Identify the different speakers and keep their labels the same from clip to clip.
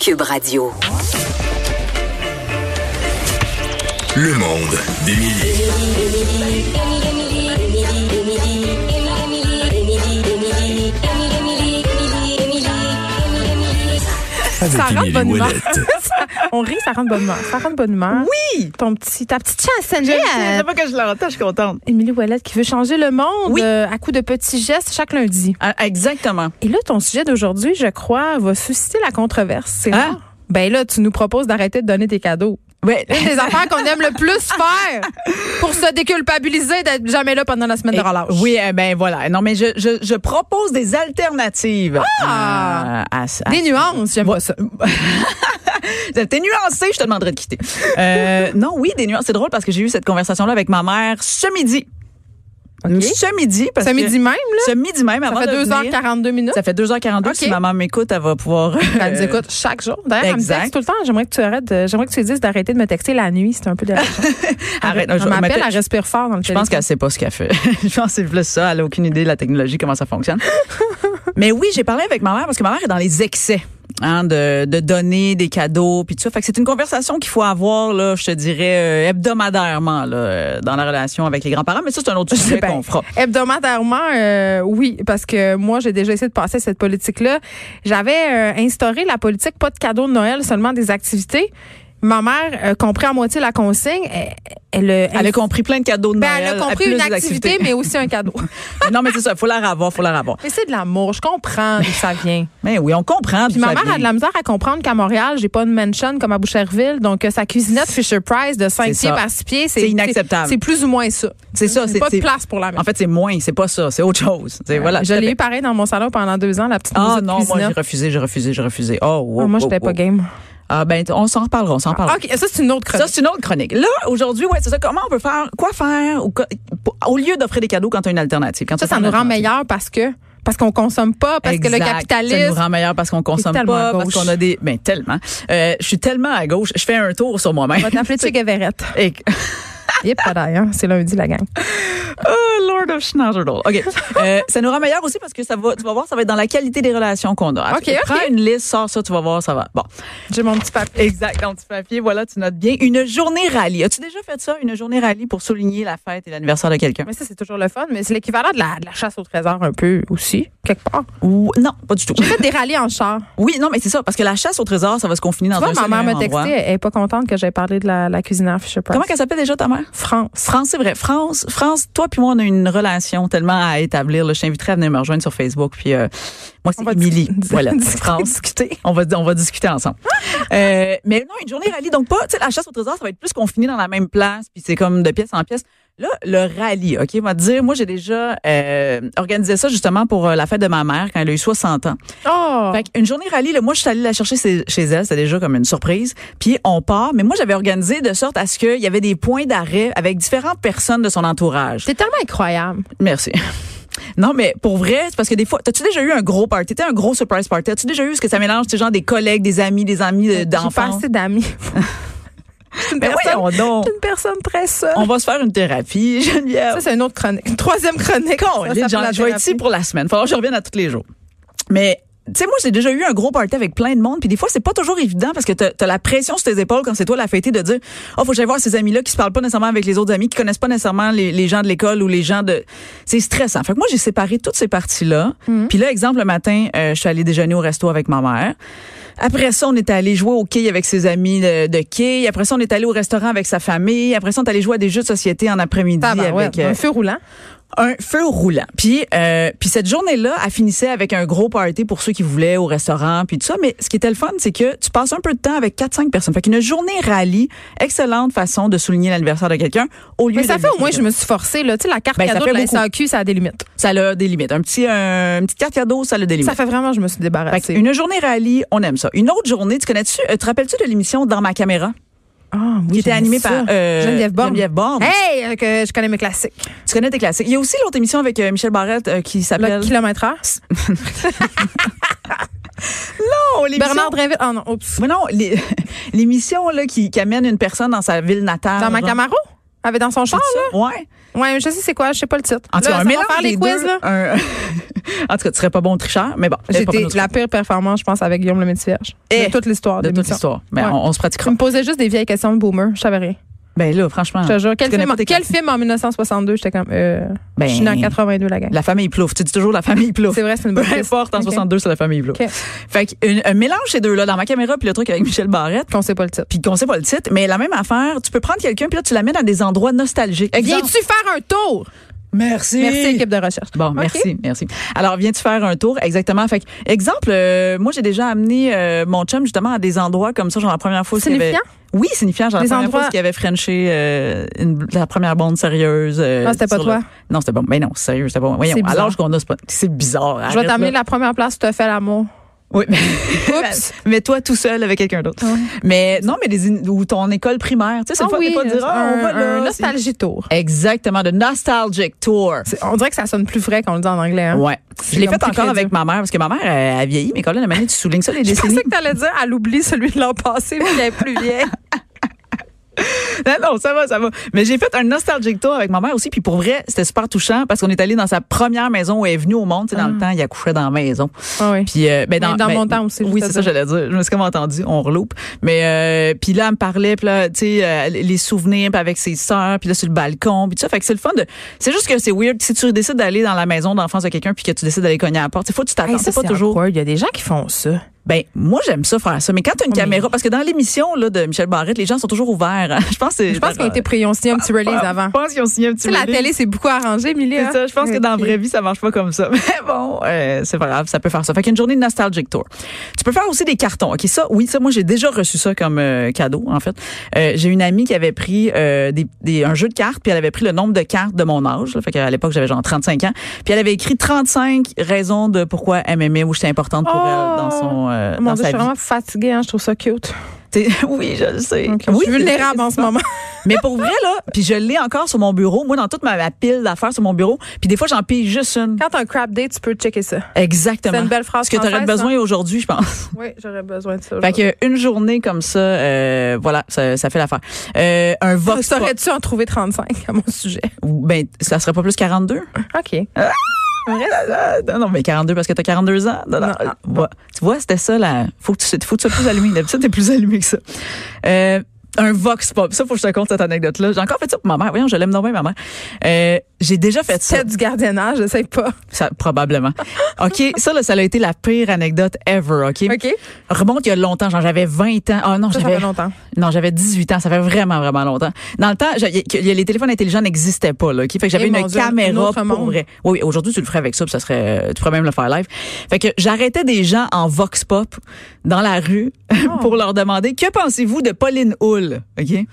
Speaker 1: Cube Radio.
Speaker 2: Le monde d'Émilie. Avec
Speaker 3: Ça rend de
Speaker 2: Émilie
Speaker 3: bonne humeur.
Speaker 2: Ouellette.
Speaker 3: Ça- on rit, ça rend de bonne humeur. Ça rend de bonne humeur.
Speaker 4: Oui!
Speaker 3: Ton petit, ta petite
Speaker 4: Je
Speaker 3: chansonnette.
Speaker 4: le sais, c'est pas que je l'entends, je suis contente.
Speaker 3: Émilie Ouellette qui veut changer le monde
Speaker 4: Oui.
Speaker 3: euh, à coups de petits gestes chaque lundi.
Speaker 4: exactement.
Speaker 3: Et là, ton sujet d'aujourd'hui, je crois, va susciter la controverse. C'est
Speaker 4: Ah.
Speaker 3: rare. Ben là, tu nous proposes d'arrêter de donner tes cadeaux.
Speaker 4: Ouais.
Speaker 3: Une des affaires qu'on aime le plus faire pour se déculpabiliser d'être jamais là pendant la semaine de relâche.
Speaker 4: Oui, eh ben voilà. Non, mais je, je, je propose des alternatives.
Speaker 3: Ah!
Speaker 4: à- à ça.
Speaker 3: Des nuances, j'aime pas ça.
Speaker 4: T'es nuancé, je te demanderai de quitter. Euh, non, oui, des nuances. C'est drôle parce que j'ai eu cette conversation-là avec ma mère ce midi.
Speaker 3: Ok.
Speaker 4: Ce midi. Parce
Speaker 3: Ce
Speaker 4: que-
Speaker 3: midi même, là,
Speaker 4: Ce midi même, avant
Speaker 3: ça fait
Speaker 4: de venir.
Speaker 3: 2h42 minutes.
Speaker 4: Ça fait 2h42.
Speaker 3: Ok.
Speaker 4: Si maman m'écoute, elle va pouvoir. euh,
Speaker 3: Elle nous écoute chaque jour. D'ailleurs, elle me
Speaker 4: exact.
Speaker 3: texte tout le temps. J'aimerais que tu arrêtes. de- J'aimerais que tu lui dises d'arrêter de me texter la nuit. C'est un peu de.
Speaker 4: Arrête,
Speaker 3: Elle
Speaker 4: je- mais
Speaker 3: m'appelle,
Speaker 4: peut-
Speaker 3: elle respire fort dans le
Speaker 4: Je pense qu'elle sait pas ce qu'elle fait. je pense que c'est plus ça. Elle a aucune idée de la technologie, comment ça fonctionne. Mais oui, j'ai parlé avec ma mère parce que ma mère est dans les excès. Hein, de, de donner des cadeaux puis tout ça fait que c'est une conversation qu'il faut avoir là je te dirais euh, hebdomadairement là euh, dans la relation avec les grands-parents mais ça c'est un autre sujet
Speaker 3: bien.
Speaker 4: qu'on fera
Speaker 3: Hebdomadairement, euh, oui, parce que moi, j'ai déjà essayé de passer cette politique-là. J'avais euh, instauré la politique pas de cadeaux de Noël, seulement des activités. Ma mère euh, comprit à moitié la consigne. Elle, elle, euh,
Speaker 4: elle a compris plein de cadeaux de
Speaker 3: ben,
Speaker 4: Noël
Speaker 3: elle a compris
Speaker 4: plus
Speaker 3: une
Speaker 4: des activités.
Speaker 3: activité, mais aussi un cadeau.
Speaker 4: non mais c'est ça faut la revoir faut la revoir
Speaker 3: mais c'est de l'amour. Je comprends d'où ça vient.
Speaker 4: mais oui on comprend
Speaker 3: Puis ma mère a de la misère à comprendre qu'à Montréal, j'ai pas une mansion comme à Boucherville. Donc, euh, sa cuisinette Fisher Price de 5
Speaker 4: C'est
Speaker 3: pieds
Speaker 4: ça.
Speaker 3: par 6 pieds, c'est
Speaker 4: C'est inacceptable.
Speaker 3: C'est plus ou moins ça.
Speaker 4: c'est
Speaker 3: Pas
Speaker 4: ça
Speaker 3: de
Speaker 4: c'est-
Speaker 3: place pour la maison.
Speaker 4: en fait c'est moins c'est pas ça c'est autre chose C'est- voilà
Speaker 3: je
Speaker 4: tout à
Speaker 3: l'ai
Speaker 4: fait.
Speaker 3: eu pareil dans mon salon pendant deux ans, la petite
Speaker 4: Ah
Speaker 3: musique
Speaker 4: non, moi j'ai
Speaker 3: cuisinette.
Speaker 4: refusé, j'ai refusé, j'ai refusé. Oh, wow,
Speaker 3: Ah, moi,
Speaker 4: wow,
Speaker 3: j'étais pas
Speaker 4: wow.
Speaker 3: game. Ah,
Speaker 4: Ah ben, t- on s'en reparlera, on s'en reparlera.
Speaker 3: OK, ça, c'est une autre
Speaker 4: Ça,
Speaker 3: chronique.
Speaker 4: c'est une autre chronique. Là, aujourd'hui, ouais, c'est ça. Comment on peut faire, quoi faire, ou quoi- pour- au lieu d'offrir des cadeaux quand tu as une alternative? Quand
Speaker 3: Ça, ça
Speaker 4: t'as pas
Speaker 3: nous
Speaker 4: une
Speaker 3: rend
Speaker 4: alternative.
Speaker 3: meilleurs parce que parce qu'on consomme pas, parce que le
Speaker 4: Exact. Ça
Speaker 3: capitalisme.
Speaker 4: nous rend meilleur parce qu'on consomme
Speaker 3: tellement à
Speaker 4: pas,
Speaker 3: gauche.
Speaker 4: parce qu'on a des. Ben, tellement. Euh, je suis tellement à gauche, je fais un tour sur
Speaker 3: On
Speaker 4: moi-même.
Speaker 3: va t'appeler Che Guevarette.
Speaker 4: Et-
Speaker 3: Yep, pas d'ailleurs. C'est lundi, la gang.
Speaker 4: oh, Lord of Schnauzerdal. OK. Euh, ça nous rend meilleur aussi parce que ça va, tu vas voir, ça va être dans la qualité des relations qu'on a.
Speaker 3: OK, OK.
Speaker 4: Prends une liste, sors ça, tu vas voir, ça va. Bon.
Speaker 3: J'ai mon petit papier.
Speaker 4: Exact, dans petit papier, voilà, tu notes bien. Une journée rallye. As-tu déjà fait ça, une journée rallye pour souligner la fête et l'anniversaire de quelqu'un?
Speaker 3: Mais ça, c'est toujours le fun. Mais c'est l'équivalent de la, de la chasse au trésor, un peu aussi, quelque part.
Speaker 4: Ou, non, pas du tout.
Speaker 3: J'ai fait des rallyes en char.
Speaker 4: Oui, non, mais c'est ça, parce que la chasse au trésor, ça va se confiner dans
Speaker 3: Tu vois,
Speaker 4: un
Speaker 3: ma
Speaker 4: seul
Speaker 3: mère
Speaker 4: et
Speaker 3: m'a
Speaker 4: même endroit.
Speaker 3: texté, elle est pas contente que j'ai parlé de la, la cuisinière Fisher Price.
Speaker 4: Comment qu'elle s'appelle déjà ta mère?
Speaker 3: France.
Speaker 4: France, c'est vrai. France, France, toi puis moi, on a une relation tellement à établir. là. Je t'inviterai à venir me rejoindre sur Facebook. Puis euh, moi,
Speaker 3: On va
Speaker 4: c'est Émilie.
Speaker 3: dis-
Speaker 4: Voilà,
Speaker 3: dis-
Speaker 4: France.
Speaker 3: discuter.
Speaker 4: On va, on va discuter ensemble. Euh, mais non, une journée rallye, donc pas, tu sais, la chasse au trésor, ça va être plus confiné dans la même place, puis c'est comme de pièce en pièce. Là, le rallye, OK, on va te dire, moi, j'ai déjà euh, organisé ça justement pour euh, la fête de ma mère quand elle a eu 60 ans.
Speaker 3: Oh!
Speaker 4: Fait qu'une journée rallye, là, moi, je suis allée la chercher chez chez elle, c'était déjà comme une surprise. Puis on part, mais moi, j'avais organisé de sorte à ce qu'il y avait des points d'arrêt avec différentes personnes de son entourage.
Speaker 3: C'est tellement incroyable.
Speaker 4: Merci. Non, mais pour vrai, c'est parce que des fois, t'as-tu déjà eu un gros party? T'as un gros surprise party? T'as-tu déjà eu ce que ça mélange, tu sais, genre des collègues, des amis, des amis de-
Speaker 3: Euh, J'ai pas
Speaker 4: d'enfants?
Speaker 3: assez d'amis. Je suis une
Speaker 4: Mais
Speaker 3: personne-
Speaker 4: voyons donc.
Speaker 3: je suis une personne très seule.
Speaker 4: On va se faire une thérapie, Geneviève.
Speaker 3: Ça, c'est une autre chronique. Troisième chronique.
Speaker 4: Con,
Speaker 3: Ça
Speaker 4: les
Speaker 3: s'appelle
Speaker 4: gens,
Speaker 3: la
Speaker 4: je vais être ici
Speaker 3: thérapie.
Speaker 4: pour la semaine. Faut que je revienne à tous les jours. Mais tu sais, moi, j'ai déjà eu un gros party avec plein de monde, puis des fois, c'est pas toujours évident parce que t'as as la pression sur tes épaules quand c'est toi la fêtée de dire, oh, faut que j'aille voir ces amis-là qui se parlent pas nécessairement avec les autres amis, qui connaissent pas nécessairement les, les gens de l'école ou les gens de. C'est stressant. Fait que moi, j'ai séparé toutes ces parties-là.
Speaker 3: Mm-hmm.
Speaker 4: Puis là, exemple, le matin, euh, je suis allée déjeuner au resto avec ma mère. Après ça, on est allé jouer au quai avec ses amis de, de quai. Après ça, on est allé au restaurant avec sa famille. Après ça, on est allé jouer à des jeux de société en après-midi
Speaker 3: Tabarouette, hein.
Speaker 4: avec. euh,
Speaker 3: un feu roulant.
Speaker 4: un feu roulant. Puis, euh, puis cette journée-là, elle finissait avec un gros party pour ceux qui voulaient au restaurant, puis tout ça. Mais ce qui était le fun, c'est que tu passes un peu de temps avec 4-5 personnes. Fait qu'une journée rallye, excellente façon de souligner l'anniversaire de quelqu'un au lieu
Speaker 3: Mais ça
Speaker 4: de-
Speaker 3: fait au moins, je me suis forcée. Là. Tu sais, la carte
Speaker 4: Ben, ça
Speaker 3: cadeau de
Speaker 4: fait
Speaker 3: la
Speaker 4: beaucoup.
Speaker 3: SAQ, ça a des limites.
Speaker 4: Ça a des limites. Un petit, un, une petite carte cadeau, ça a des limites.
Speaker 3: Ça fait vraiment, je me suis
Speaker 4: Fait que
Speaker 3: débarrassée.
Speaker 4: une journée rallye, on aime ça. Une autre journée, tu connais-tu, euh, te rappelles-tu de l'émission Dans ma caméra?
Speaker 3: Ah, oui,
Speaker 4: qui était
Speaker 3: j'aime
Speaker 4: animée
Speaker 3: ça.
Speaker 4: par euh,
Speaker 3: Geneviève Borne.
Speaker 4: Geneviève Borne.
Speaker 3: Hey, euh, que je connais mes classiques.
Speaker 4: Tu connais tes classiques. Il y a aussi l'autre émission avec euh, Michel Barrette euh, qui
Speaker 3: Le
Speaker 4: s'appelle...
Speaker 3: kilomètre heure.
Speaker 4: Oh, l'émission-
Speaker 3: Bernard Drinville. Ah non, oups.
Speaker 4: Mais Ah, non, les- l'émission là qui, qui amène une personne dans sa ville natale.
Speaker 3: Dans ma
Speaker 4: genre.
Speaker 3: Camaro? Avec dans son char, là?
Speaker 4: Ouais.
Speaker 3: Ouais, je sais c'est quoi, je sais pas le titre.
Speaker 4: En tout cas,
Speaker 3: Là,
Speaker 4: un
Speaker 3: ça va
Speaker 4: mélange
Speaker 3: faire
Speaker 4: des
Speaker 3: les quiz,
Speaker 4: deux,
Speaker 3: là.
Speaker 4: un- en tout cas, tu serais pas bon tricheur, mais bon.
Speaker 3: J'ai
Speaker 4: pas
Speaker 3: été
Speaker 4: bon autre-
Speaker 3: la pire performance, je pense, avec Guillaume le Métis-Vierge.
Speaker 4: Eh,
Speaker 3: De toute l'histoire.
Speaker 4: de toute
Speaker 3: l'émission.
Speaker 4: l'histoire. Mais
Speaker 3: Ouais.
Speaker 4: on, on se
Speaker 3: Tu
Speaker 4: pratiquera.
Speaker 3: me posais juste des vieilles questions de boomer. Je savais rien.
Speaker 4: Ben là, franchement,
Speaker 3: Je te jure. Quel,
Speaker 4: connais
Speaker 3: film,
Speaker 4: pas tes
Speaker 3: quel
Speaker 4: classiques.
Speaker 3: film en 1962? J'étais comme. Euh,
Speaker 4: Ben,
Speaker 3: je suis née en 82, la gang.
Speaker 4: la famille plouf. Tu dis toujours la famille plouf.
Speaker 3: C'est vrai, c'est une
Speaker 4: Peu
Speaker 3: bonne liste.
Speaker 4: importe, en
Speaker 3: Ok.
Speaker 4: 62, c'est la famille plouf.
Speaker 3: Ok.
Speaker 4: Fait qu'un- un mélange ces deux-là, dans ma caméra, puis le truc avec Michel Barrette.
Speaker 3: Qu'on sait pas le titre.
Speaker 4: Puis qu'on sait pas le titre, mais la même affaire, tu peux prendre quelqu'un puis là tu l'amènes à des endroits nostalgiques. Exemple.
Speaker 3: Viens-tu faire un tour?
Speaker 4: Merci.
Speaker 3: Merci, équipe de recherche.
Speaker 4: Bon,
Speaker 3: Ok.
Speaker 4: merci, merci. Alors, viens-tu faire un tour? Exactement. Fait que, exemple, euh, moi, j'ai déjà amené euh, mon chum, justement, à des endroits comme ça, genre la première fois. où il y avait-
Speaker 3: Signifiant?
Speaker 4: Oui, signifiant. Genre
Speaker 3: Des
Speaker 4: la première
Speaker 3: endroits-
Speaker 4: fois où il y avait Frenché, euh, une- la première bande sérieuse. euh,
Speaker 3: Ah, c'était pas
Speaker 4: sur
Speaker 3: toi?
Speaker 4: le- Non, c'était pas Mais non, sérieux, c'était pas moi. Voyons,
Speaker 3: C'est
Speaker 4: à
Speaker 3: bizarre.
Speaker 4: l'âge qu'on a, c'est pas- c'est bizarre.
Speaker 3: Je vais
Speaker 4: arrête,
Speaker 3: t'amener
Speaker 4: là.
Speaker 3: la première place où tu as fait l'amour.
Speaker 4: Oui, mais-
Speaker 3: Oups.
Speaker 4: mais toi, tout seul avec quelqu'un d'autre.
Speaker 3: Ouais.
Speaker 4: Mais non, mais des in- ou ton école primaire. Tu sais, c'est
Speaker 3: Ah
Speaker 4: le fun des
Speaker 3: oui,
Speaker 4: fois de dire, ah, on va
Speaker 3: un,
Speaker 4: là.
Speaker 3: un
Speaker 4: c'est-
Speaker 3: nostalgie tour.
Speaker 4: Exactement, de Nostalgic Tour.
Speaker 3: C'est- On dirait que ça sonne plus vrai qu'on le dit en anglais. Hein?
Speaker 4: Ouais. Je l'ai
Speaker 3: comme
Speaker 4: fait
Speaker 3: plus
Speaker 4: encore avec ma mère parce que ma mère elle, elle vieillit, mais quand là, la manière tu soulignes ça les
Speaker 3: Je
Speaker 4: décennies.
Speaker 3: pensais que t'allais dire, elle oublie celui de l'an passé, mais elle est plus vieille.
Speaker 4: Non, non, ça va, ça va. Mais j'ai fait un nostalgic tour avec ma mère aussi, puis pour vrai, c'était super touchant parce qu'on est allé dans sa première maison où elle est venue au monde. Tu sais, dans le temps, il accouchait dans la maison.
Speaker 3: Ah oui.
Speaker 4: Puis, euh, ben, Mm. dans,
Speaker 3: Mais dans
Speaker 4: ben,
Speaker 3: mon temps aussi, je
Speaker 4: Oui,
Speaker 3: te
Speaker 4: c'est ça,
Speaker 3: dis.
Speaker 4: j'allais dire. Je me suis comme entendu, on reloupe. Mais euh, puis là, elle me parlait, puis là, tu sais, euh, les souvenirs, puis avec ses sœurs, puis là sur le balcon, puis tout ça. Fait que c'est le fun. de C'est juste que c'est weird si tu décides d'aller dans la maison d'enfance de quelqu'un, puis que tu décides d'aller cogner à la porte. Il faut que tu t'attends.
Speaker 3: Hey, ça,
Speaker 4: c'est pas
Speaker 3: c'est
Speaker 4: toujours.
Speaker 3: awkward. Il y a des gens qui font ça.
Speaker 4: Ben, moi, j'aime ça faire ça. Mais quand tu as une
Speaker 3: Ah,
Speaker 4: caméra, parce que dans l'émission là, de Michel Barrette, les gens sont toujours ouverts. Je pense que
Speaker 3: Je pense qu'ils ont été pris, ils ont signé un petit release avant.
Speaker 4: Je pense qu'ils ont signé un petit
Speaker 3: Ah, Tu sais, la
Speaker 4: release.
Speaker 3: télé, hein. c'est beaucoup arrangé, Milia.
Speaker 4: C'est ça, je pense que dans la vraie vie, ça marche pas comme ça. Mais bon, euh, c'est pas grave, ça peut faire ça. Fait qu'une journée de Nostalgic Tour. Tu peux faire aussi des cartons. OK, ça, oui, ça, moi, j'ai déjà reçu ça comme euh, cadeau, en fait. Euh, j'ai une amie qui avait pris euh, des, des- un jeu de cartes, puis elle avait pris le nombre de cartes de mon âge. Là, fait qu'à l'époque, j'avais genre 35 ans. Puis elle avait écrit 35 raisons de pourquoi elle m'aimait ou j'étais importante pour
Speaker 3: Oh!
Speaker 4: elle dans son euh,
Speaker 3: Mon
Speaker 4: dans
Speaker 3: Dieu, je
Speaker 4: sa
Speaker 3: suis
Speaker 4: vie.
Speaker 3: vraiment fatiguée, hein, je trouve ça cute.
Speaker 4: T'es- Oui, je le sais.
Speaker 3: Ok,
Speaker 4: Oui,
Speaker 3: je suis vulnérable en ce moment.
Speaker 4: Mais pour vrai, là, puis je l'ai encore sur mon bureau. Moi, dans toute ma, ma pile d'affaires sur mon bureau, puis des fois, j'en pille juste une.
Speaker 3: Quand t'as un crap day, tu peux checker ça.
Speaker 4: Exactement.
Speaker 3: C'est une belle phrase
Speaker 4: Ce que t'aurais
Speaker 3: française, hein.
Speaker 4: besoin aujourd'hui, je pense.
Speaker 3: Oui, j'aurais besoin de ça.
Speaker 4: Fait que une journée comme ça, euh, voilà, ça, ça fait l'affaire. Euh, un vox pop.
Speaker 3: Saurais-tu en trouver 35 à mon sujet?
Speaker 4: Ben, ça serait pas plus 42?
Speaker 3: OK.
Speaker 4: Ah, Non, non, mais 42 parce que t'as 42 ans. Non, non.
Speaker 3: Non, ah,
Speaker 4: Ouais. Tu vois, c'était ça, là. Faut que tu, sois- faut que tu sois plus allumé. D'habitude, t'es plus allumé que ça. Euh, un vox pop. Ça, faut que je te conte cette anecdote-là. J'ai encore fait ça pour ma mère. Voyons, je l'aime non bien, ma mère. Euh, j'ai déjà fait ça.
Speaker 3: C'est du gardiennage, je sais pas.
Speaker 4: Ça, probablement. OK, ça, là, ça a été la pire anecdote ever, OK?
Speaker 3: OK?
Speaker 4: Remonte il y a longtemps, genre j'avais 20 ans. Ah non,
Speaker 3: Ça, ça
Speaker 4: j'avais
Speaker 3: fait longtemps.
Speaker 4: non, j'avais 18 ans, ça fait vraiment vraiment longtemps. Dans le temps, j'avais- que- les téléphones intelligents n'existaient pas là, OK? Fait que j'avais
Speaker 3: Eh,
Speaker 4: une
Speaker 3: mon Dieu, un
Speaker 4: caméra
Speaker 3: autre
Speaker 4: pour
Speaker 3: monde.
Speaker 4: vrai. Oui, oui, aujourd'hui tu le ferais avec ça, puis ça serait euh, tu pourrais même le faire live. Fait que j'arrêtais des gens en vox pop dans la rue
Speaker 3: Oh.
Speaker 4: pour leur demander "Que pensez-vous de Pauline Hull OK?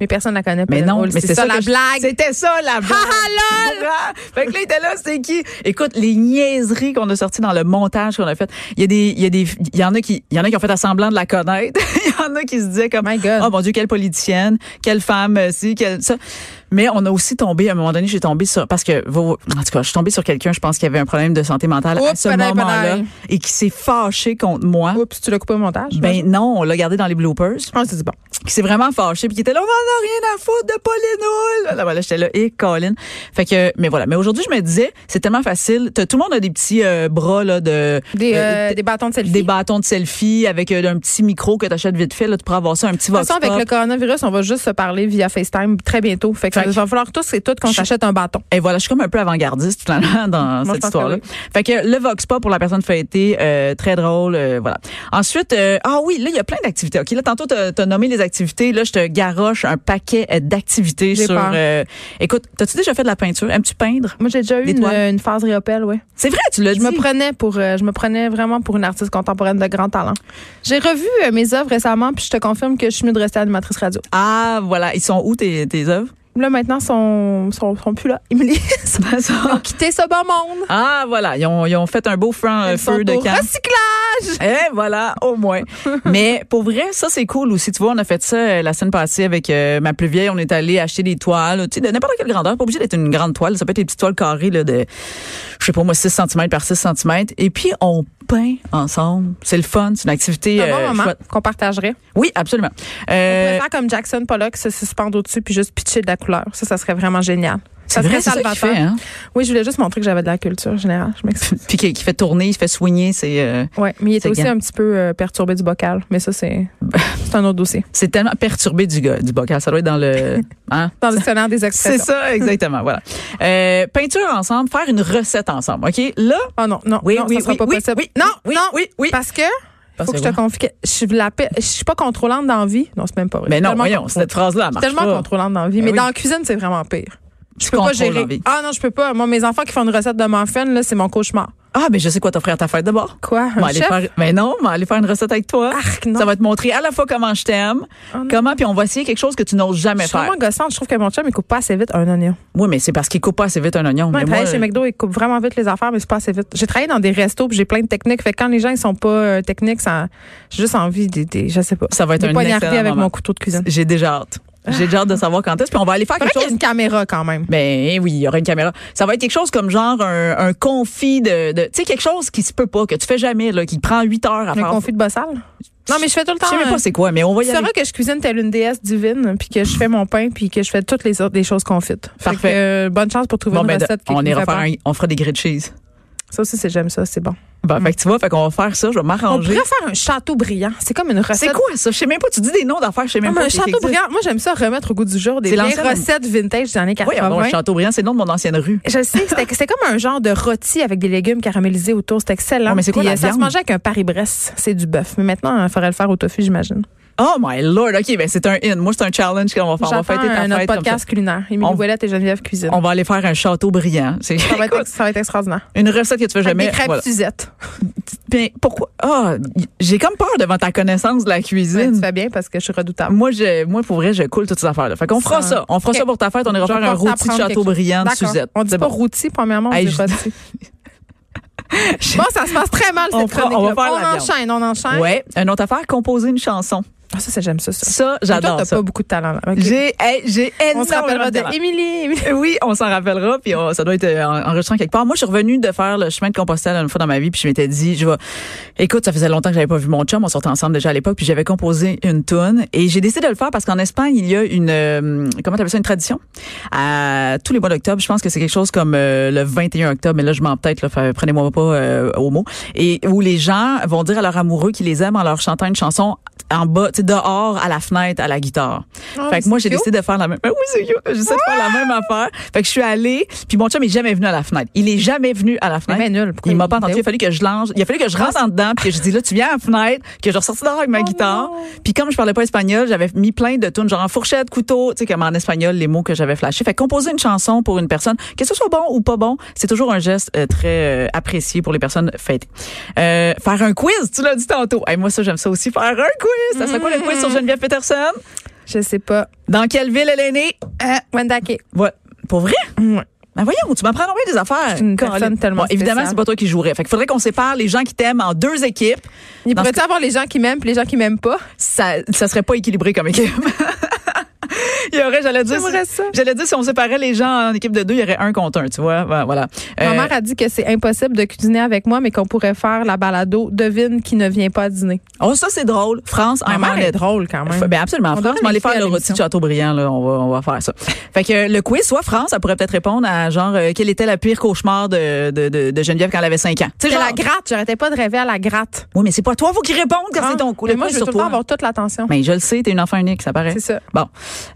Speaker 3: Mais personne la connaît.
Speaker 4: Mais
Speaker 3: Pauline
Speaker 4: non,
Speaker 3: Hall.
Speaker 4: mais
Speaker 3: c'est ça, la
Speaker 4: que je-
Speaker 3: blague.
Speaker 4: C'était ça la blague.
Speaker 3: Ah, lol!
Speaker 4: Fait que là, il était là, c'était qui? Écoute, les niaiseries qu'on a sorties dans le montage qu'on a fait, il y a des, il y a des, il y en a qui, il y en a qui ont fait à semblant de la connaître. Il y en a qui se disaient comme,
Speaker 3: My God.
Speaker 4: oh mon dieu, quelle politicienne, quelle femme, euh, si, quelle, ça. Mais on a aussi tombé, à un moment donné, j'ai tombé sur, parce que, en tout cas, je suis tombée sur quelqu'un, je pense qu'il avait un problème de santé mentale à
Speaker 3: Oups,
Speaker 4: ce
Speaker 3: panaille,
Speaker 4: moment-là
Speaker 3: panaille.
Speaker 4: et qui s'est fâché contre moi.
Speaker 3: Oups, tu l'as coupé au montage?
Speaker 4: Ben non, on l'a gardé dans les bloopers
Speaker 3: Ah, c'est bon.
Speaker 4: qui s'est vraiment fâché puis qui était là on en a rien à foutre de Pauline Hull. Là voilà, j'étais là et Colin. Fait que mais voilà, mais aujourd'hui je me disais c'est tellement facile, T'as- tout le monde a des petits euh, bras là de
Speaker 3: Des,
Speaker 4: euh,
Speaker 3: euh, des bâtons de selfie.
Speaker 4: des bâtons de selfie avec euh, un petit micro que t'achètes vite fait là, tu pourras avoir ça un petit
Speaker 3: de
Speaker 4: vox
Speaker 3: toute façon, avec
Speaker 4: pop.
Speaker 3: le coronavirus, on va juste se parler via FaceTime très bientôt. Fait que
Speaker 4: Fait que-
Speaker 3: il va falloir tous et toutes qu'on
Speaker 4: Je-
Speaker 3: s'achète un bâton.
Speaker 4: Et voilà, je suis comme un peu avant-gardiste finalement
Speaker 3: Moi, je
Speaker 4: dans cette
Speaker 3: pense
Speaker 4: histoire-là.
Speaker 3: que
Speaker 4: Fait que le Vox Pop pour la personne fêtée, euh, très drôle, euh, voilà. Ensuite, euh, ah oui, là, il y a plein d'activités. OK, là, tantôt, t'as as nommé les activités. Là, je te garoche un paquet euh, d'activités
Speaker 3: J'ai
Speaker 4: sur...
Speaker 3: peur.
Speaker 4: euh, écoute, t'as-tu déjà fait de la peinture? Aimes-tu peindre?
Speaker 3: Moi, j'ai déjà eu
Speaker 4: Des
Speaker 3: une,
Speaker 4: toiles.
Speaker 3: une phase réopelle, ouais.
Speaker 4: C'est vrai, tu l'as dit.
Speaker 3: Je me prenais pour, euh, je me prenais vraiment pour une artiste contemporaine de grand talent. J'ai revu euh, mes œuvres récemment, puis je te confirme que je suis mieux de rester animatrice radio.
Speaker 4: Ah, voilà. Ils sont où, tes, tes œuvres?
Speaker 3: Là maintenant, sont sont, sont plus là. Ils me lisent. Ils ont quitté ce bon monde.
Speaker 4: ah, voilà. Ils ont, ils ont fait un beau franc euh,
Speaker 3: Ils sont
Speaker 4: feu de
Speaker 3: au
Speaker 4: camp.
Speaker 3: recyclage.
Speaker 4: Eh voilà, au moins. Mais pour vrai, ça c'est cool aussi. Tu vois, on a fait ça euh, la semaine passée avec euh, ma plus vieille. On est allé acheter des toiles, tu sais, de n'importe quelle grandeur. Pas obligé d'être une grande toile. Ça peut être des petites toiles carrées là, de, je sais pas moi, 6 cm par 6 cm. Et puis on copains ensemble. C'est le fun, c'est une activité
Speaker 3: C'est un bon
Speaker 4: euh,
Speaker 3: moment
Speaker 4: chouette.
Speaker 3: qu'on partagerait.
Speaker 4: Oui, absolument.
Speaker 3: On
Speaker 4: Euh,
Speaker 3: pourrait faire comme Jackson Pollock, se suspendre au-dessus puis juste pitcher de la couleur. Ça, ça serait vraiment génial.
Speaker 4: c'est vrai, c'est ça qu'il fait, hein?
Speaker 3: Oui, je voulais juste montrer que j'avais de la culture générale. Je m'excuse.
Speaker 4: Puis qui, qui fait tourner, il fait soigner, c'est euh,
Speaker 3: Oui, mais il est
Speaker 4: C'est
Speaker 3: aussi
Speaker 4: gay.
Speaker 3: un petit peu euh, perturbé du bocal. Mais ça, c'est c'est un autre dossier.
Speaker 4: c'est tellement perturbé du gars, du bocal. Ça doit être dans le hein?
Speaker 3: Dans le dictionnaire des
Speaker 4: C'est
Speaker 3: expressions.
Speaker 4: ça, exactement. voilà. Euh, peinture ensemble, faire une recette ensemble. OK? Là,
Speaker 3: Oh non, non,
Speaker 4: Oui,
Speaker 3: non,
Speaker 4: oui,
Speaker 3: ça sera
Speaker 4: oui,
Speaker 3: pas
Speaker 4: oui,
Speaker 3: possible.
Speaker 4: oui,
Speaker 3: non,
Speaker 4: oui,
Speaker 3: non,
Speaker 4: oui, oui.
Speaker 3: Parce que, faut que je
Speaker 4: Pensez-vous.
Speaker 3: te confie que je suis la paix- je suis pas contrôlante dans la vie. Non, c'est même pas vrai.
Speaker 4: mais
Speaker 3: Je suis
Speaker 4: non,
Speaker 3: tellement
Speaker 4: voyons,
Speaker 3: contrôlante.
Speaker 4: cette phrase-là,
Speaker 3: Je
Speaker 4: elle marche
Speaker 3: suis tellement
Speaker 4: pas.
Speaker 3: contrôlante dans la vie,
Speaker 4: Ben
Speaker 3: mais
Speaker 4: oui.
Speaker 3: dans la cuisine, c'est vraiment pire.
Speaker 4: Tu
Speaker 3: Je peux pas
Speaker 4: contrôles
Speaker 3: gérer.
Speaker 4: l'envie.
Speaker 3: Ah non, je peux pas. Moi, mes enfants qui font une recette de muffins, là, c'est mon cauchemar.
Speaker 4: Ah, mais je sais quoi t'offrir à ta fête d'abord.
Speaker 3: Quoi?
Speaker 4: On va
Speaker 3: Un
Speaker 4: aller
Speaker 3: chef?
Speaker 4: faire- Mais non, on va aller faire une recette avec toi.
Speaker 3: Arc, non.
Speaker 4: Ça va te montrer à la fois comment je t'aime,
Speaker 3: Oh non.
Speaker 4: comment, puis on va essayer quelque chose que tu n'oses
Speaker 3: Je
Speaker 4: jamais
Speaker 3: suis
Speaker 4: faire.
Speaker 3: vraiment gossante. Je trouve que mon chum, il coupe pas assez vite un oignon.
Speaker 4: Oui, mais c'est parce qu'il coupe pas assez vite un oignon.
Speaker 3: Moi,
Speaker 4: mais
Speaker 3: il
Speaker 4: moi, euh,
Speaker 3: travaille chez McDo, il coupe vraiment vite les affaires, mais c'est pas assez vite. J'ai travaillé dans des restos, puis j'ai plein de techniques. Fait que quand les gens, ils sont pas euh, techniques, ça, j'ai juste envie des, des, je sais pas.
Speaker 4: ça va être
Speaker 3: De
Speaker 4: un
Speaker 3: poignarder
Speaker 4: excellent
Speaker 3: avec
Speaker 4: moment.
Speaker 3: mon couteau de cuisine.
Speaker 4: J'ai déjà hâte. J'ai déjà hâte de savoir quand est-ce. Puis on va aller faire
Speaker 3: Faudrait qu'il
Speaker 4: quelque
Speaker 3: y ait
Speaker 4: chose.
Speaker 3: une caméra quand même.
Speaker 4: Ben oui, il y aura une caméra. Ça va être quelque chose comme genre un, un confit de, de- tu sais quelque chose qui se peut pas que tu fais jamais là, qui prend huit heures à
Speaker 3: Un
Speaker 4: faire.
Speaker 3: confit de bossal. Non, mais je fais tout le
Speaker 4: Je
Speaker 3: temps.
Speaker 4: sais même pas
Speaker 3: euh,
Speaker 4: c'est quoi, mais on va y
Speaker 3: Tu
Speaker 4: aller.
Speaker 3: sauras que je cuisine telle une déesse divine, puis que je fais mon pain, puis que je fais toutes les autres des choses confites. Fait
Speaker 4: Parfait.
Speaker 3: que, euh, bonne chance pour trouver
Speaker 4: Bon,
Speaker 3: une
Speaker 4: ben, de-
Speaker 3: recette qui
Speaker 4: on
Speaker 3: nous
Speaker 4: ira faire
Speaker 3: répond.
Speaker 4: un- on fera des grilled cheese.
Speaker 3: Ça aussi, c'est j'aime ça, c'est bon.
Speaker 4: Ben, fait que tu vois, fait qu'on va faire ça, je vais
Speaker 3: Mm. On
Speaker 4: m'arranger.
Speaker 3: pourrait faire un château brillant. C'est comme une recette.
Speaker 4: C'est quoi ça? Je sais même pas, tu dis des noms d'affaires, je sais
Speaker 3: Ah,
Speaker 4: même
Speaker 3: mais
Speaker 4: pas.
Speaker 3: un
Speaker 4: si ça
Speaker 3: château
Speaker 4: existe.
Speaker 3: brillant. Moi, j'aime ça remettre au goût du jour des
Speaker 4: C'est
Speaker 3: vieilles
Speaker 4: l'ancienne-
Speaker 3: recettes vintage des années
Speaker 4: Oui,
Speaker 3: 80.
Speaker 4: Châteaubriand, c'est le nom de mon ancienne rue.
Speaker 3: je sais, c'était c'était comme un genre de rôti avec des légumes caramélisés autour. C'était excellent.
Speaker 4: Ouais, mais c'est quoi
Speaker 3: Puis,
Speaker 4: la
Speaker 3: euh, Ça se
Speaker 4: viande?
Speaker 3: mangeait avec un Paris-Brest. C'est du bœuf. Mais maintenant, il faudrait le faire au tofu, j'imagine.
Speaker 4: Oh my lord, ok, ben c'est un in. Moi, c'est un challenge qu'on va faire. On va
Speaker 3: J'attends
Speaker 4: fêter ta
Speaker 3: un autre
Speaker 4: fête comme ça.
Speaker 3: podcast culinaire. Émilie
Speaker 4: On-
Speaker 3: Ouellette et Geneviève Cuisine.
Speaker 4: On va aller faire un Châteaubriand. C'est
Speaker 3: Ça va être, ça va être extraordinaire.
Speaker 4: une recette que tu fais
Speaker 3: Avec
Speaker 4: jamais.
Speaker 3: des crêpes
Speaker 4: Voilà.
Speaker 3: Suzette.
Speaker 4: Ben, pourquoi? Ah, y- j'ai comme peur devant ta connaissance de la
Speaker 3: Ouais, tu
Speaker 4: cuisine.
Speaker 3: fais bien parce que je suis redoutable.
Speaker 4: moi, je, moi, pour vrai, je coule toutes ces affaires-là. Fait qu'on fera
Speaker 3: Ça-
Speaker 4: ça. On fera
Speaker 3: Ok.
Speaker 4: ça pour ta fête. On ira
Speaker 3: Je vais
Speaker 4: faire
Speaker 3: penser à
Speaker 4: un rôti de
Speaker 3: prendre quelque
Speaker 4: Châteaubriand de
Speaker 3: D'accord.
Speaker 4: Suzette.
Speaker 3: On dit
Speaker 4: C'est
Speaker 3: pas
Speaker 4: bon.
Speaker 3: rôti, premièrement, on
Speaker 4: Hey,
Speaker 3: dit
Speaker 4: je-
Speaker 3: rôti. bon, ça se passe très mal,
Speaker 4: On
Speaker 3: cette
Speaker 4: fera- on
Speaker 3: chronique
Speaker 4: va faire la
Speaker 3: On
Speaker 4: viande.
Speaker 3: enchaîne, on enchaîne.
Speaker 4: Ouais. Une autre affaire, composer une chanson.
Speaker 3: Ah, ça, ça, j'aime ça, ça.
Speaker 4: Ça,
Speaker 3: Toi,
Speaker 4: j'adore
Speaker 3: t'as
Speaker 4: ça.
Speaker 3: pas beaucoup de talent, là. Ok.
Speaker 4: J'ai, hey, j'ai
Speaker 3: On se
Speaker 4: énormément
Speaker 3: rappellera
Speaker 4: de
Speaker 3: de
Speaker 4: talent.
Speaker 3: Émilie. Émilie.
Speaker 4: Euh, Oui, on s'en rappellera, puis on- ça doit être euh, en- enregistré en quelque part. Moi, je suis revenue de faire le chemin de Compostelle une fois dans ma vie, puis je m'étais dit, je vais, écoute, ça faisait longtemps que j'avais pas vu mon chum, on sortait ensemble déjà à l'époque, puis j'avais composé une tune, et j'ai décidé de le faire parce qu'en Espagne, il y a une, euh, comment t'appelles ça, une tradition à tous les mois d'octobre. Je pense que c'est quelque chose comme euh, le 21 octobre, mais là, je m'en peut-être, là, fait- prenez-moi pas euh, au mot, et où les gens vont dire à leur amoureux qu'ils les aiment en leur chantant une chanson en bas, tu sais, dehors, à la fenêtre, à la guitare.
Speaker 3: Ah,
Speaker 4: fait que moi,
Speaker 3: c'est
Speaker 4: j'ai
Speaker 3: cute.
Speaker 4: décidé de faire la même. Ben oui, c'est cute. J'essaie de faire la même affaire. Fait que je suis allée, puis mon chum est jamais venu à la fenêtre. Il est jamais venu à la fenêtre.
Speaker 3: ben nul. Pourquoi
Speaker 4: Il
Speaker 3: il
Speaker 4: m'a pas entendu.
Speaker 3: était
Speaker 4: Il a fallu que je lance. Il a fallu que je rentre en dedans, puis que je dis là, tu viens à la fenêtre, que je ressortis dehors
Speaker 3: Oh
Speaker 4: avec ma guitare. Puis comme je parlais pas espagnol, j'avais mis plein de tunes, genre en fourchette, couteau, tu sais, comme en espagnol, les mots que j'avais flashés. Fait que composer une chanson pour une personne, que ce soit bon ou pas bon, c'est toujours un geste euh, très euh, apprécié pour les personnes fêtées. Euh, faire un quiz, tu l'as dit tantôt. et moi, ça, j'aime ça aussi. Faire un quiz. Ça serait quoi le quiz
Speaker 3: Mm.
Speaker 4: sur Geneviève Peterson?
Speaker 3: Je sais pas.
Speaker 4: Dans quelle ville elle est née? Hein?
Speaker 3: Euh, Wendake.
Speaker 4: Ouais. Pour vrai?
Speaker 3: Ouais.
Speaker 4: Ben voyons, tu m'apprends bien des affaires.
Speaker 3: Je suis une
Speaker 4: Caroline.
Speaker 3: personne tellement
Speaker 4: Bon, évidemment,
Speaker 3: spéciale.
Speaker 4: c'est pas toi qui jouerais. Fait qu'il faudrait qu'on sépare les gens qui t'aiment en deux équipes.
Speaker 3: Il
Speaker 4: Dans
Speaker 3: pourrait y avoir les gens qui m'aiment et les gens qui m'aiment pas?
Speaker 4: Ça, ça serait pas équilibré comme équipe. il y aurait, j'allais dire.
Speaker 3: J'aimerais
Speaker 4: si-
Speaker 3: ça.
Speaker 4: J'allais dire, si on séparait les gens en équipe de deux, il y aurait un contre un, tu vois. Ben, Voilà. Euh,
Speaker 3: Ma mère a dit que c'est impossible de cuisiner avec moi, mais qu'on pourrait faire la balado devine qui ne vient pas à dîner.
Speaker 4: oh, ça, c'est drôle. France,
Speaker 3: Ma
Speaker 4: en
Speaker 3: mère est drôle quand même.
Speaker 4: Ben absolument.
Speaker 3: On
Speaker 4: France,
Speaker 3: devrait
Speaker 4: on va aller
Speaker 3: l'inviter
Speaker 4: faire
Speaker 3: à
Speaker 4: le rôti
Speaker 3: l'émission.
Speaker 4: de Châteaubriand, là. On va, on va faire ça. Fait que euh, le quiz, soit France, elle pourrait peut-être répondre à genre, euh, quel était la pire cauchemar de, de, de, de Geneviève quand elle avait 5 ans. Tu sais,
Speaker 3: C'est
Speaker 4: genre-
Speaker 3: la gratte. J'arrêtais pas de rêver à la gratte.
Speaker 4: Oui, mais c'est pas toi, faut qu'ils répondent quand
Speaker 3: Ah,
Speaker 4: c'est ton coup.
Speaker 3: mais
Speaker 4: Le
Speaker 3: moi,
Speaker 4: quiz
Speaker 3: je veux
Speaker 4: sur
Speaker 3: tout le temps
Speaker 4: toi.
Speaker 3: avoir toute l'attention.
Speaker 4: Mais je le sais, t'es une enfant unique, ça paraît.
Speaker 3: C'est ça.
Speaker 4: Bon.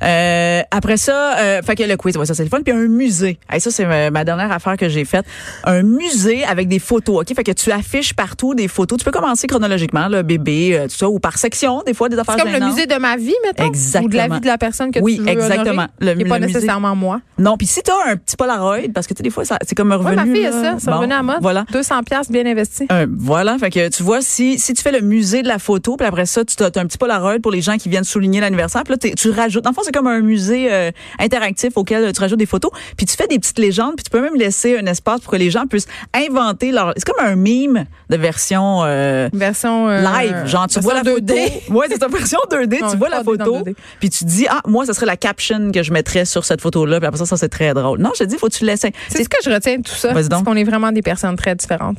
Speaker 4: Euh, après ça, euh, fait que le quiz, ouais, ça c'est le fun. Puis un musée. Hey, ça, c'est ma ma dernière affaire que j'ai faite. Un musée avec des photos, OK? Fait que tu affiches partout des photos. Tu peux commencer chronologiquement, le bébé, euh, tout ça, ou par section, des fois, des affaires
Speaker 3: C'est comme le
Speaker 4: gênantes.
Speaker 3: musée de ma vie, mettons.
Speaker 4: Exactement.
Speaker 3: Ou de la vie de la personne que
Speaker 4: Oui,
Speaker 3: tu veux
Speaker 4: exactement.
Speaker 3: honorer,
Speaker 4: Le-
Speaker 3: qui est pas
Speaker 4: le musée.
Speaker 3: nécessairement moi.
Speaker 4: Non, puis si t'as un petit Polaroid, parce que tu sais, des fois, ça- c'est comme
Speaker 3: Oui,
Speaker 4: revenu.
Speaker 3: ma fille a
Speaker 4: là.
Speaker 3: ça. Ça
Speaker 4: Bon,
Speaker 3: revenait à mode.
Speaker 4: Voilà.
Speaker 3: 200 pièces bien investies.
Speaker 4: Euh, voilà, fait que tu vois, si, si tu fais le musée de la photo, puis après ça, tu as, un petit polaroid pour les gens qui viennent souligner l'anniversaire, puis là, t'es- tu rajoutes. Dans le fond, c'est comme comme un musée euh, interactif auquel euh, tu rajoutes des photos, puis tu fais des petites légendes, puis tu peux même laisser un espace pour que les gens puissent inventer leur. C'est comme un mime de version euh,
Speaker 3: Version euh,
Speaker 4: live, genre
Speaker 3: version
Speaker 4: tu vois la
Speaker 3: 2D.
Speaker 4: photo. Ouais, c'est ta version 2D,
Speaker 3: Non,
Speaker 4: tu vois la
Speaker 3: 3D, non,
Speaker 4: photo,
Speaker 3: 2D.
Speaker 4: puis tu dis ah moi ça serait la caption que je mettrais sur cette photo là, puis après ça ça c'est très drôle. Non, je te dis faut que tu laisses.
Speaker 3: C'est ce que je retiens de tout ça.
Speaker 4: Vas-y donc.
Speaker 3: C'est qu'on est vraiment des personnes très différentes.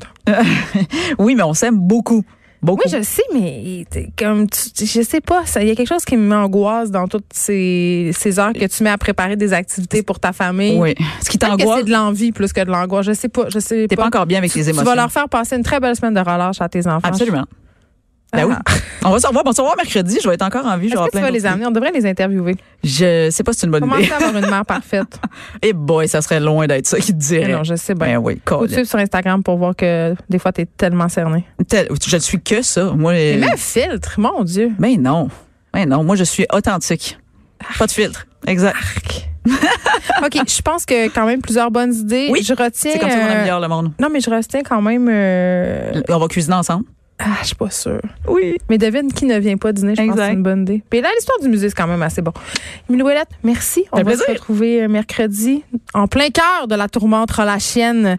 Speaker 4: Oui, mais on s'aime beaucoup. Beaucoup.
Speaker 3: Oui, je sais, mais t'es comme tu, je sais pas, ça- il y a quelque chose qui m'angoisse dans toutes ces, ces heures que tu mets à préparer des activités pour ta famille.
Speaker 4: Oui. Ce qui
Speaker 3: Peut-être que
Speaker 4: t'angoisse,
Speaker 3: c'est de l'envie plus que de l'angoisse. Je sais pas, je sais
Speaker 4: t'es pas encore bien avec
Speaker 3: tu,
Speaker 4: tes
Speaker 3: tu
Speaker 4: émotions.
Speaker 3: vas leur faire passer une très belle semaine de relâche à tes enfants.
Speaker 4: Absolument. Ben oui.
Speaker 3: Ah.
Speaker 4: On va se revoir. Bon, on se revoir mercredi. Je vais être encore en vie. Je vais
Speaker 3: Est-ce
Speaker 4: avoir
Speaker 3: que tu
Speaker 4: plein
Speaker 3: vas les
Speaker 4: d'autres
Speaker 3: amener? On devrait les interviewer.
Speaker 4: idées. Je sais pas si c'est une bonne
Speaker 3: Comment
Speaker 4: idée.
Speaker 3: ça avoir une mère parfaite?
Speaker 4: Eh boy, ça serait loin d'être ça qui te
Speaker 3: Mais
Speaker 4: dirait.
Speaker 3: non, je sais bien.
Speaker 4: ben oui,
Speaker 3: Faut te
Speaker 4: cool.
Speaker 3: suivre sur Instagram pour voir que des fois, t'es tellement cerné.
Speaker 4: Tel- Je ne suis que ça. Moi,
Speaker 3: Mais
Speaker 4: euh,
Speaker 3: même filtre, mon Dieu.
Speaker 4: ben non. Ben non. Moi, je suis authentique. Pas de filtre. Exact.
Speaker 3: OK, je pense que quand même plusieurs bonnes idées.
Speaker 4: Oui,
Speaker 3: je retiens.
Speaker 4: C'est comme ça qu'on
Speaker 3: euh,
Speaker 4: améliore le monde.
Speaker 3: Non, mais je retiens quand même. euh,
Speaker 4: On va cuisiner ensemble.
Speaker 3: Ah, je suis pas sûre.
Speaker 4: Oui.
Speaker 3: Mais devine qui ne vient pas dîner, je pense que
Speaker 4: Exact.
Speaker 3: c'est une bonne idée. Puis là, l'histoire du musée, c'est quand même assez bon. Émilie Ouellette, merci. On
Speaker 4: Ça fait
Speaker 3: va se
Speaker 4: plaisir.
Speaker 3: retrouver euh, mercredi en plein cœur de la tourmente relâchienne.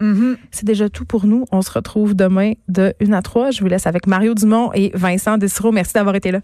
Speaker 3: C'est déjà tout pour nous. On se retrouve demain de 1 à 3. Je vous laisse avec Mario Dumont et Vincent Dessereau. Merci d'avoir été là.